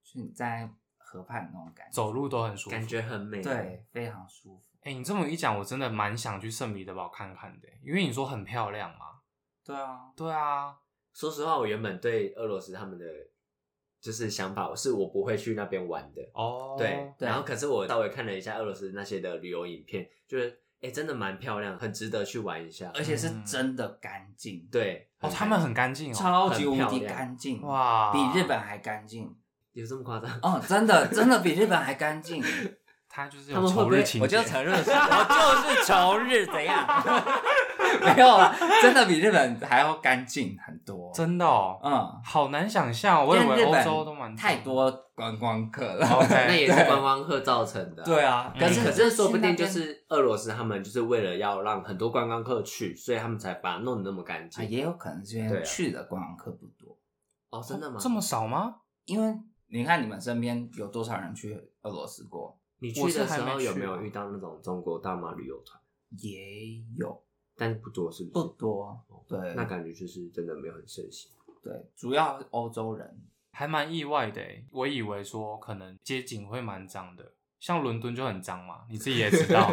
Speaker 3: 就是你在河畔那种感觉，
Speaker 1: 走路都很舒服，
Speaker 2: 感觉很美，啊
Speaker 3: 对，非常舒服。
Speaker 1: 哎、你这么一讲，我真的蛮想去圣彼得堡看看的，欸因为你说很漂亮嘛。
Speaker 3: 对啊，
Speaker 1: 对啊，
Speaker 2: 说实话，我原本对俄罗斯他们的就是想法，我是我不会去那边玩的。
Speaker 1: 哦，
Speaker 2: 对，
Speaker 3: 对
Speaker 2: 然后可是我稍微看了一下俄罗斯那些的旅游影片，就是哎、诶真的蛮漂亮，很值得去玩一下。
Speaker 3: 而且是真的干净，，
Speaker 2: 对，
Speaker 1: 哦，
Speaker 2: 很
Speaker 1: 他们很干净哦，
Speaker 3: 超级无
Speaker 2: 很漂
Speaker 3: 敌
Speaker 2: 亮
Speaker 3: 干净，
Speaker 1: 哇，
Speaker 3: 比日本还干净。
Speaker 2: 有这么夸张？
Speaker 3: 哦，真的真的比日本还干净。
Speaker 1: 他就是
Speaker 2: 他
Speaker 1: 有
Speaker 2: 们会
Speaker 1: 仇
Speaker 2: 不会
Speaker 1: 日情节，
Speaker 3: 我就承认，我就是仇日，怎样？ 没有啊，真的比日本还要干净很多。
Speaker 1: 真的哦，
Speaker 3: 嗯，
Speaker 1: 好难想象哦，我以
Speaker 3: 因为
Speaker 1: 为
Speaker 3: 日
Speaker 1: 欧
Speaker 3: 本
Speaker 1: 洲都蛮
Speaker 3: 太多观光客了。
Speaker 1: OK
Speaker 2: 那也是观光客造成的、
Speaker 3: 对。啊，
Speaker 1: 嗯
Speaker 2: 可是，可是，说不定就
Speaker 3: 那边
Speaker 2: 是俄罗斯他们就是为了要让很多观光客去，所以他们才把它弄得那么干
Speaker 3: 啊，
Speaker 2: 净。
Speaker 3: 也有可能是因
Speaker 2: 对
Speaker 3: 为
Speaker 2: 啊
Speaker 3: 去的观光客不多，
Speaker 2: 哦，真的吗？
Speaker 1: 这么少吗？
Speaker 3: 因为你看你们身边有多少人去俄罗斯过？
Speaker 2: 你
Speaker 1: 我
Speaker 2: 去
Speaker 1: 是
Speaker 2: 的
Speaker 1: 还
Speaker 2: 时
Speaker 1: 没
Speaker 2: 候有
Speaker 1: 去
Speaker 2: 没
Speaker 1: 啊
Speaker 2: 有遇到那种中国大妈旅游团？
Speaker 3: 也有
Speaker 2: 但是不多，是不
Speaker 3: 不
Speaker 2: 是？
Speaker 3: 多，
Speaker 1: 哦
Speaker 3: 对，
Speaker 2: 那感觉就是真的没有很盛行。
Speaker 3: 对，主要是欧洲人，
Speaker 1: 还蛮意外的诶，我以为说可能街景会蛮脏的，像伦敦就很脏嘛，你自己也知道，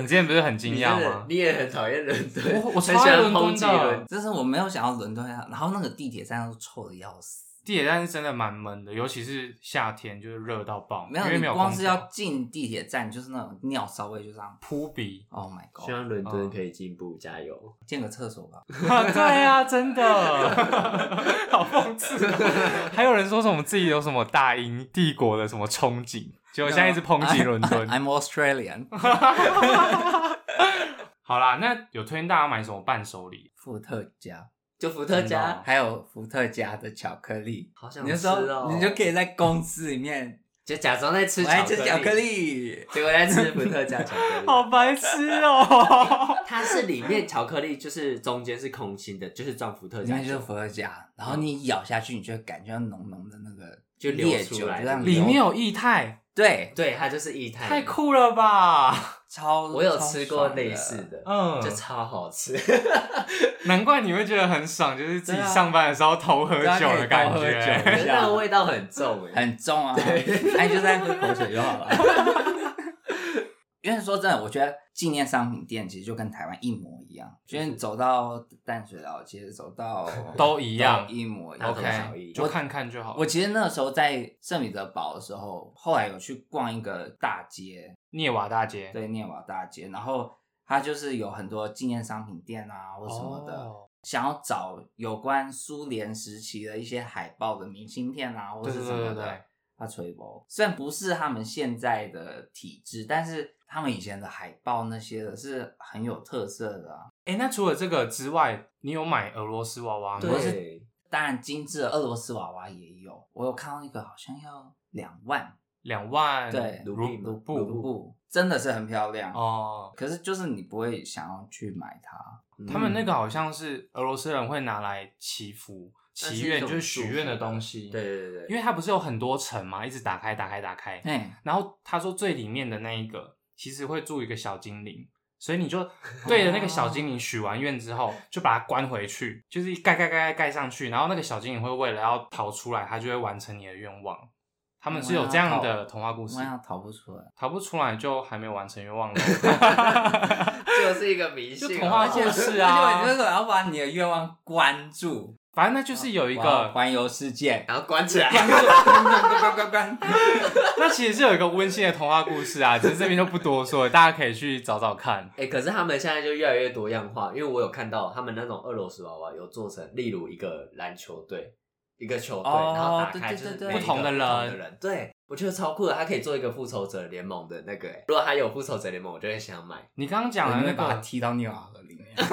Speaker 1: 你之前不是很惊讶吗？
Speaker 2: 你也很讨厌伦敦，
Speaker 1: 我我
Speaker 2: 很
Speaker 1: 超
Speaker 2: 喜
Speaker 1: 爱
Speaker 2: 欢
Speaker 1: 伦敦
Speaker 2: 抨击
Speaker 1: 的
Speaker 2: 伦，
Speaker 3: 但是我没有想到伦敦啊，然后那个地铁站都臭的要死。
Speaker 1: 地铁站是真的蛮闷的，尤其是夏天，就是热到爆，
Speaker 3: 没
Speaker 1: 因
Speaker 3: 有，
Speaker 1: 为
Speaker 3: 你
Speaker 1: 没有
Speaker 3: 光
Speaker 1: 空
Speaker 3: 是
Speaker 1: 调
Speaker 3: 要进地铁站，就是那种尿骚味，就这样。
Speaker 1: 扑鼻，
Speaker 3: Oh my god！
Speaker 2: 希望伦
Speaker 1: 哦
Speaker 2: 敦可以进步，加油！
Speaker 3: 建个厕所吧。
Speaker 1: 啊， 对啊，真的， 好讽刺哦。还有人说什么自己有什么大英帝国的什么憧憬，结果现在一直抨击伦敦。
Speaker 3: I'm Australian。
Speaker 1: 好啦，那有推荐大家买什么伴手礼？
Speaker 3: 伏特加，
Speaker 2: 就伏特
Speaker 1: 真的哦
Speaker 2: 加，
Speaker 3: 还有伏特加的巧克力，
Speaker 2: 好想
Speaker 3: 你
Speaker 2: 吃
Speaker 3: 就
Speaker 2: 哦
Speaker 3: 说！你就可以在公司里面，
Speaker 2: 就假装在吃
Speaker 3: 我爱吃巧克
Speaker 2: 克，
Speaker 3: 力。
Speaker 2: 结果在吃伏特加巧克 力。
Speaker 1: 好白痴哦、
Speaker 2: 它是里面巧克力就是中间是空心的，就是装伏特
Speaker 3: 里
Speaker 2: 加
Speaker 3: 面就是
Speaker 2: 酒，
Speaker 3: 伏特加，然后你咬下去，你就会感觉到浓浓的那个
Speaker 2: 嗯就流
Speaker 3: 烈
Speaker 2: 出
Speaker 3: 酒，
Speaker 2: 来
Speaker 3: 就让
Speaker 1: 里面有液态，
Speaker 3: 对，
Speaker 2: 对，它就是液态。
Speaker 1: 太！酷了吧？
Speaker 3: 超
Speaker 2: 我有吃过类似，的，
Speaker 1: 嗯
Speaker 2: 就超 好吃。
Speaker 1: 难怪你会觉得很爽，就是自己
Speaker 3: 对啊
Speaker 1: 上班的时候偷喝酒的感
Speaker 3: 对啊可以偷喝酒
Speaker 1: 觉。
Speaker 2: 可是那个味道很重
Speaker 3: 超爽的
Speaker 2: 哎，
Speaker 3: 很重啊，哎，就在喝口水就好了。 因为说真的，我觉得纪念商品店其实就跟台湾一模一样，就是你走到淡水老街，走到
Speaker 1: 都一样
Speaker 3: 都一模一样。
Speaker 2: 大同
Speaker 1: OK，
Speaker 2: 小异
Speaker 1: 就看看就好。
Speaker 3: 我其实那时候在圣彼得堡的时候，后来有去逛一个大街，
Speaker 1: 涅瓦大街，
Speaker 3: 对，涅瓦大街，然后它就是有很多纪念商品店啊或什么的，
Speaker 1: 哦
Speaker 3: 想要找有关苏联时期的一些海报的明信片啊，或
Speaker 1: 对
Speaker 3: 是
Speaker 1: 对
Speaker 3: 什么
Speaker 1: 对对对
Speaker 3: 的。他吹包，虽然不是他们现在的体制，但是他们以前的海报那些的是很有特色的、啊。
Speaker 1: 哎、那除了这个之外，你有买俄罗斯娃娃吗？
Speaker 3: 我是
Speaker 2: 对，
Speaker 3: 当然，精致的俄罗斯娃娃也有，我有看到一个好像要两万
Speaker 1: 两万
Speaker 3: 对
Speaker 1: 卢
Speaker 2: 卢币嘛
Speaker 1: 卢
Speaker 2: 卢
Speaker 1: 布
Speaker 2: 布
Speaker 3: 布，真的是很漂亮。
Speaker 1: 哦。
Speaker 3: 可是就是你不会想要去买它，
Speaker 1: 他们那个好像是俄罗斯人会拿来祈福、
Speaker 2: 那是
Speaker 1: 祈
Speaker 2: 一
Speaker 1: 愿，
Speaker 2: 种
Speaker 1: 就是许
Speaker 2: 祝
Speaker 1: 愿的
Speaker 2: 福吧
Speaker 1: 东西。
Speaker 2: 嗯对，对对对，
Speaker 1: 因为它不是有很多层嘛，一直打开、打开、打开。
Speaker 3: 哎、
Speaker 1: 然后他说最里面的那一个其实会住一个小精灵，所以你就对着那个 小精灵许完愿之后，就把它关回去，就是盖盖盖盖盖上去，然后那个小精灵会为了要逃出来，它就会完成你的愿望。他们是有这样的童话故事
Speaker 3: 我，想逃不出来。
Speaker 1: 逃不出来就还没完成愿 望了。
Speaker 2: 就是一个迷信，哦
Speaker 1: 就童话
Speaker 3: 而且
Speaker 1: 故事 啊
Speaker 3: 而且我就是要把你的愿望关住，
Speaker 1: 反正那就是有一
Speaker 3: 我要
Speaker 1: 个，
Speaker 3: 环游世 界，
Speaker 2: 然后关起来。
Speaker 3: 关住，关关关关关。
Speaker 1: 那其实是有一个温馨的童话故事啊，只是这边就不多说了，大家可以去找找看。
Speaker 2: 哎、可是他们现在就越来越多样化，因为我有看到他们那种俄罗斯娃娃有做成，例如一个篮球队，一个球队，
Speaker 3: 哦
Speaker 2: 然后打开
Speaker 3: 对
Speaker 2: 就是
Speaker 3: 对对
Speaker 2: 每一个
Speaker 1: 不同的人
Speaker 2: 不同的人，对我觉得超酷的，他可以做一个复仇者联盟的那个、欸如果他有复仇者联盟，我就会想买。
Speaker 1: 你刚刚讲
Speaker 3: 我
Speaker 1: 的那
Speaker 3: 们把它
Speaker 1: 个
Speaker 3: 踢到尿盒里面。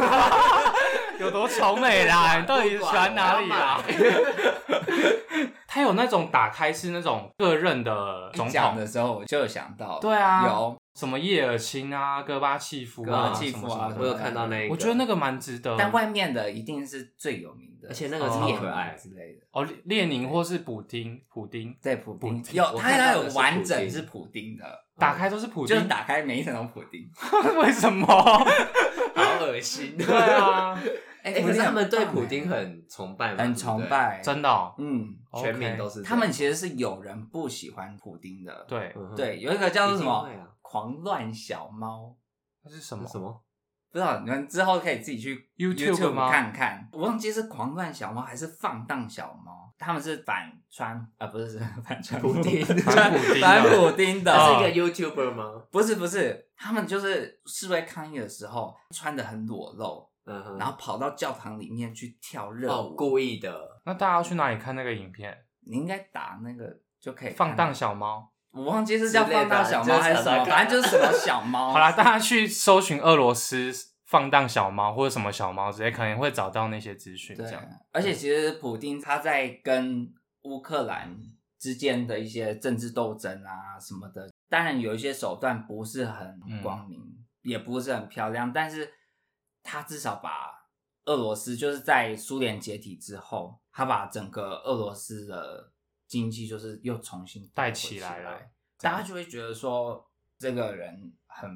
Speaker 1: 有多丑美啦？你到底喜
Speaker 2: 不
Speaker 1: 欢
Speaker 2: 管
Speaker 1: 哪里啊啦
Speaker 2: 我？要买
Speaker 1: 它有那种打开是那种个任的总
Speaker 3: 讲
Speaker 1: 统，
Speaker 3: 的时候我就有想到，
Speaker 1: 对啊
Speaker 3: 有
Speaker 1: 什么叶尔钦啊、戈巴契夫
Speaker 3: 戈
Speaker 1: 啊、
Speaker 3: 巴契
Speaker 1: 什
Speaker 3: 夫
Speaker 1: 么什
Speaker 3: 啊
Speaker 1: 么的
Speaker 2: 我有看到那一个，
Speaker 1: 我觉得那个蛮值得。
Speaker 3: 但外面的一定是最有名的，
Speaker 2: 而且那个
Speaker 1: 超
Speaker 3: 列宁
Speaker 2: 可爱
Speaker 3: 之类的。
Speaker 1: 哦，列宁或是普丁，普丁
Speaker 3: 对，普
Speaker 1: 普
Speaker 3: 丁
Speaker 1: 丁
Speaker 3: 有，
Speaker 2: 我
Speaker 3: 它
Speaker 2: 看
Speaker 3: 它
Speaker 2: 到的
Speaker 3: 有
Speaker 2: 是
Speaker 3: 完
Speaker 2: 普
Speaker 3: 整
Speaker 2: 丁
Speaker 3: 是普丁的，
Speaker 1: 打开都是普
Speaker 3: 就是
Speaker 1: 丁，
Speaker 3: 打开每一层都普丁。
Speaker 1: 为什 么？
Speaker 2: 好恶心。
Speaker 1: 对啊，
Speaker 3: 哎
Speaker 2: 哎、可是他们对普
Speaker 3: 丁
Speaker 2: 丁很崇拜嘛，
Speaker 3: 欸很崇拜，
Speaker 1: 真的哦，
Speaker 3: 嗯，
Speaker 2: 对不对，全民
Speaker 1: OK
Speaker 2: 都是这样。
Speaker 3: 他们其实是有人不喜欢普丁的，
Speaker 1: 对。
Speaker 2: 嗯哼
Speaker 3: 对，有一个叫做什么
Speaker 2: 一定会啊
Speaker 3: “狂乱小猫
Speaker 1: 那是什么
Speaker 2: 什？么？”，
Speaker 3: 不知道你们之后可以自己去
Speaker 1: YouTube 吗
Speaker 3: 看看，我忘记是“狂乱小猫”还是“放荡小猫”，他们是反川啊、不是是反川
Speaker 2: 普丁
Speaker 1: 反普丁的
Speaker 3: 反普丁
Speaker 1: 哦
Speaker 3: 的，
Speaker 2: 他是一个 YouTuber 吗？
Speaker 3: 不是不是，他们就是示威抗议的时候穿的很裸露，
Speaker 2: 嗯哼，
Speaker 3: 然后跑到教堂里面去跳热
Speaker 2: 哦，
Speaker 3: 舞，
Speaker 2: 故意的，
Speaker 1: 那大家要去哪里看那个影片？
Speaker 3: 你应该打那个就可以
Speaker 1: 放
Speaker 3: 看到
Speaker 1: 荡小猫。
Speaker 3: 我忘记是叫放大小
Speaker 2: 之类
Speaker 3: 猫
Speaker 2: 的
Speaker 3: 还是什么，
Speaker 2: 就是
Speaker 3: 反正就是什么小猫。
Speaker 1: 好啦，大家去搜寻俄罗斯放荡小猫或者什么小猫之类，可能会找到那些资讯。这
Speaker 3: 对
Speaker 1: 样，，
Speaker 3: 而且其实普丁他在跟乌克兰之间的一些政治斗争啊什么的，当然有一些手段不是很
Speaker 1: 嗯
Speaker 3: 光明，也不是很漂亮，但是他至少把俄罗斯就是在苏联解体之后，他把整个俄罗斯的经济就是又重新
Speaker 1: 带
Speaker 3: 回
Speaker 1: 起来了
Speaker 3: 大家就会觉得说这个人很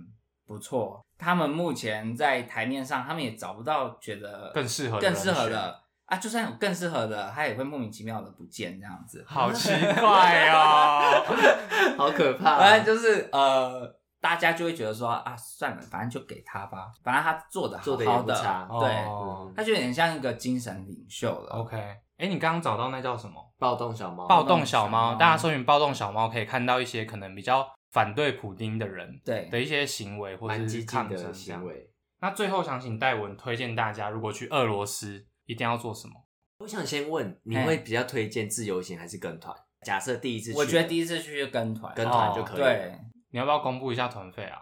Speaker 3: 不错。他们目前在台面上，他们也找不到觉得
Speaker 1: 更适合的
Speaker 3: 更适合
Speaker 1: 人
Speaker 3: 的啊，就算有更适合的，他也会莫名其妙的不见这样子。
Speaker 1: 好奇怪哦。
Speaker 2: 好可怕、 哦
Speaker 3: 反正就是呃，大家就会觉得说啊，算了，反正就给他吧，反正他做的好
Speaker 2: 做得
Speaker 3: 好
Speaker 2: 也不
Speaker 3: 的，
Speaker 2: 差哦
Speaker 3: 对，
Speaker 1: 哦
Speaker 3: 他就有点像一个精神领袖了。
Speaker 1: OK，哎、你刚刚找到那叫什么？
Speaker 2: 暴动小猫，
Speaker 1: 暴
Speaker 3: 动
Speaker 1: 动小
Speaker 3: 小
Speaker 1: 猫，
Speaker 3: 猫
Speaker 1: 大家搜寻暴动小猫，可以看到一些可能比较反对普丁的人
Speaker 3: 对
Speaker 1: 的一些行为或
Speaker 2: 蛮
Speaker 1: 者是
Speaker 2: 激进
Speaker 1: 抗
Speaker 2: 的
Speaker 1: 争这
Speaker 2: 行
Speaker 1: 样。
Speaker 2: 为。
Speaker 1: 那最后想请戴文推荐大家，如果去俄罗斯一定要做什么？
Speaker 2: 我想先问，你会比较推荐自由行还是跟团？假设第一次去，
Speaker 3: 我觉得第
Speaker 2: 一哦
Speaker 3: 一次去就跟团，
Speaker 2: 跟团就可以了
Speaker 3: 对，
Speaker 1: 你要不要公布一下团费啊？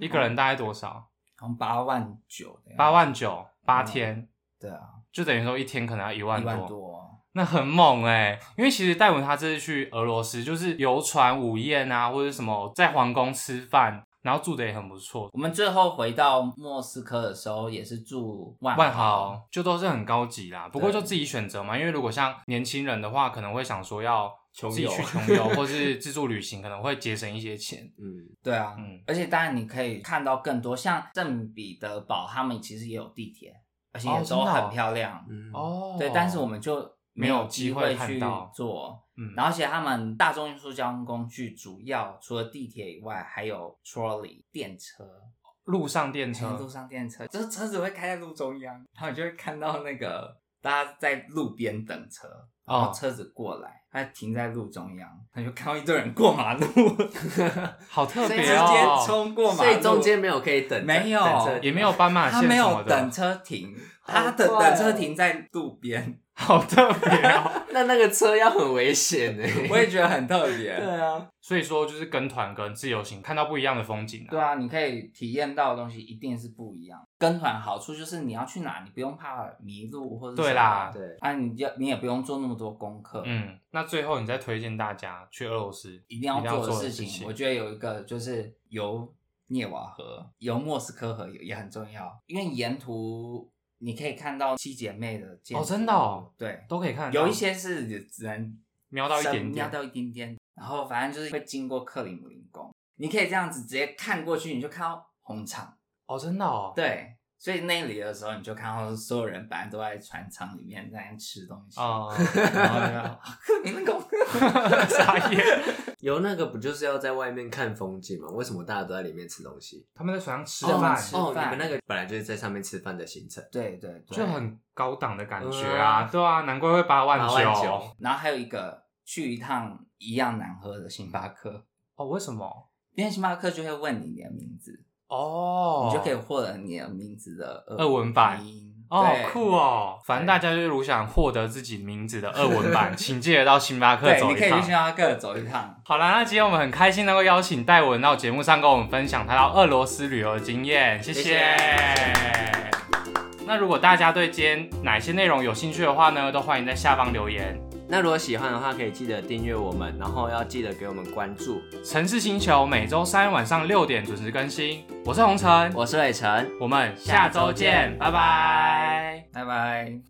Speaker 1: 一个人大概多少？
Speaker 3: 好像八万九的样子，
Speaker 1: 八万九，八天，
Speaker 3: 对啊，
Speaker 1: 就等于说一天可能要一万
Speaker 3: 一
Speaker 1: 多。
Speaker 3: 万多，
Speaker 1: 那很猛哎、因为其实戴文他这次去俄罗斯，就是游船午宴啊，或者什么在皇宫吃饭，然后住的也很不错，
Speaker 3: 我们最后回到莫斯科的时候，也是住万
Speaker 1: 万豪就都是很高级啦，不过就
Speaker 3: 对
Speaker 1: 自己选择嘛，因为如果像年轻人的话，可能会想说要自
Speaker 2: 穷
Speaker 1: 己
Speaker 2: 游
Speaker 1: 去 穷游或是自助旅行，可能会节省一些钱。
Speaker 2: 嗯，
Speaker 3: 对啊，
Speaker 1: 嗯
Speaker 3: 而且当然你可以看到更多，像圣彼得堡他们其实也有地铁，而且
Speaker 1: 哦
Speaker 3: 也
Speaker 1: 真
Speaker 3: 都
Speaker 1: 的哦
Speaker 3: 很漂亮。
Speaker 2: 嗯，
Speaker 1: 哦
Speaker 3: 对，但是我们就
Speaker 1: 没有
Speaker 3: 有
Speaker 1: 机
Speaker 3: 机
Speaker 1: 会看
Speaker 3: 去
Speaker 1: 到
Speaker 3: 做。
Speaker 1: 嗯，
Speaker 3: 然后，而且他们大众运输交通工具主要除了地铁以外，还有 trolley 电车、
Speaker 1: 路上电车，
Speaker 3: 路上电车，哎就是车子会开在路中央，然后你就会看到那个大家在路边等车，然后
Speaker 1: 哦
Speaker 3: 车子过来，他停在路中央，他就看到一堆人过马路，
Speaker 1: 好特
Speaker 3: 直
Speaker 1: 别
Speaker 3: 接
Speaker 1: 哦，
Speaker 3: 冲过马路，
Speaker 2: 所以中间没有可以等，
Speaker 3: 没有
Speaker 2: 等车啊
Speaker 1: 也没有斑马线
Speaker 3: 他
Speaker 1: 什么
Speaker 3: 没有等
Speaker 1: 的，
Speaker 3: 车停，
Speaker 2: 好
Speaker 3: 他等
Speaker 2: 怪哦
Speaker 3: 等车停在路 边，
Speaker 1: 好特别哦。
Speaker 2: 那那个车要很危险 呢、
Speaker 3: 我也觉得很特别。
Speaker 2: 对啊，
Speaker 1: 所以说，就是跟团跟自由行看到不一样的风景啊。
Speaker 3: 对啊，你可以体验到的东西一定是不一样。跟团好处就是你要去哪，你不用怕迷路或者
Speaker 1: 对啦
Speaker 2: 对，
Speaker 3: 啊，你要你也不用做那么多功课，，
Speaker 1: 嗯，那最后你再推荐大家去俄罗斯
Speaker 3: 一定要做的
Speaker 1: 一定
Speaker 3: 事
Speaker 1: 要做的事
Speaker 3: 情，
Speaker 1: 情
Speaker 3: 我觉得有一个就是游涅瓦河、游莫斯科河也很重要，因为沿途你可以看到七姐妹的建
Speaker 1: 哦
Speaker 3: 筑
Speaker 1: 真的哦
Speaker 3: 对，
Speaker 1: 都可以看得到，
Speaker 3: 有一些是你只能
Speaker 1: 瞄到一点
Speaker 3: 瞄
Speaker 1: 点，
Speaker 3: 到一点点，然后反正就是会经过克里姆林宫，你可以这样子直接看过去，你就看到红场。
Speaker 1: 哦，真的哦，
Speaker 3: 对，所以那里的时候，你就看到所有人本来都在船舱里面在那吃东西，
Speaker 1: 啊，
Speaker 3: 然后就 你们狗，
Speaker 1: 傻眼，
Speaker 2: 游那个不就是要在外面看风景吗？为什么大家都在里面吃东西？
Speaker 1: 他们在船上吃
Speaker 3: 哦
Speaker 1: 饭，
Speaker 3: 吃
Speaker 2: 哦，你
Speaker 3: 饭
Speaker 2: 们那个本来就是在上面吃饭的行程，
Speaker 3: 对对对，
Speaker 1: 就。很高档的感觉啊，
Speaker 3: 嗯
Speaker 1: 对啊，难怪会八
Speaker 2: 八
Speaker 1: 万
Speaker 2: 万
Speaker 1: 九
Speaker 2: 九
Speaker 3: 然后还有一个去一趟一样难喝的星巴克，
Speaker 1: 哦，为什么？
Speaker 3: 因为星巴克就会问你你的名字，
Speaker 1: 哦，
Speaker 3: 你就可以获得你的名字的
Speaker 1: 俄文版
Speaker 3: 拼音
Speaker 1: 哦，好酷！哦！反正大家就是如想获得自己名字的俄文 版，请记得到星巴克
Speaker 3: 对
Speaker 1: 走
Speaker 3: 对，
Speaker 1: 一
Speaker 3: 你可以去星
Speaker 1: 趟。
Speaker 3: 巴克走一趟。
Speaker 1: 好啦，那今天我们很开心能够邀请戴文到节目上跟我们分享他到俄罗斯旅游的经验，谢
Speaker 2: 谢谢
Speaker 1: 那如果大家对今天哪些内容有兴趣的话呢，都欢迎在下方留言。
Speaker 2: 那如果喜欢的话，可以记得订阅我们，然后要记得给我们关注。
Speaker 1: 城市星球每周三晚上六点准时更新，我是红尘，
Speaker 2: 我是伟成。
Speaker 1: 我们下周见，拜拜
Speaker 3: 拜拜。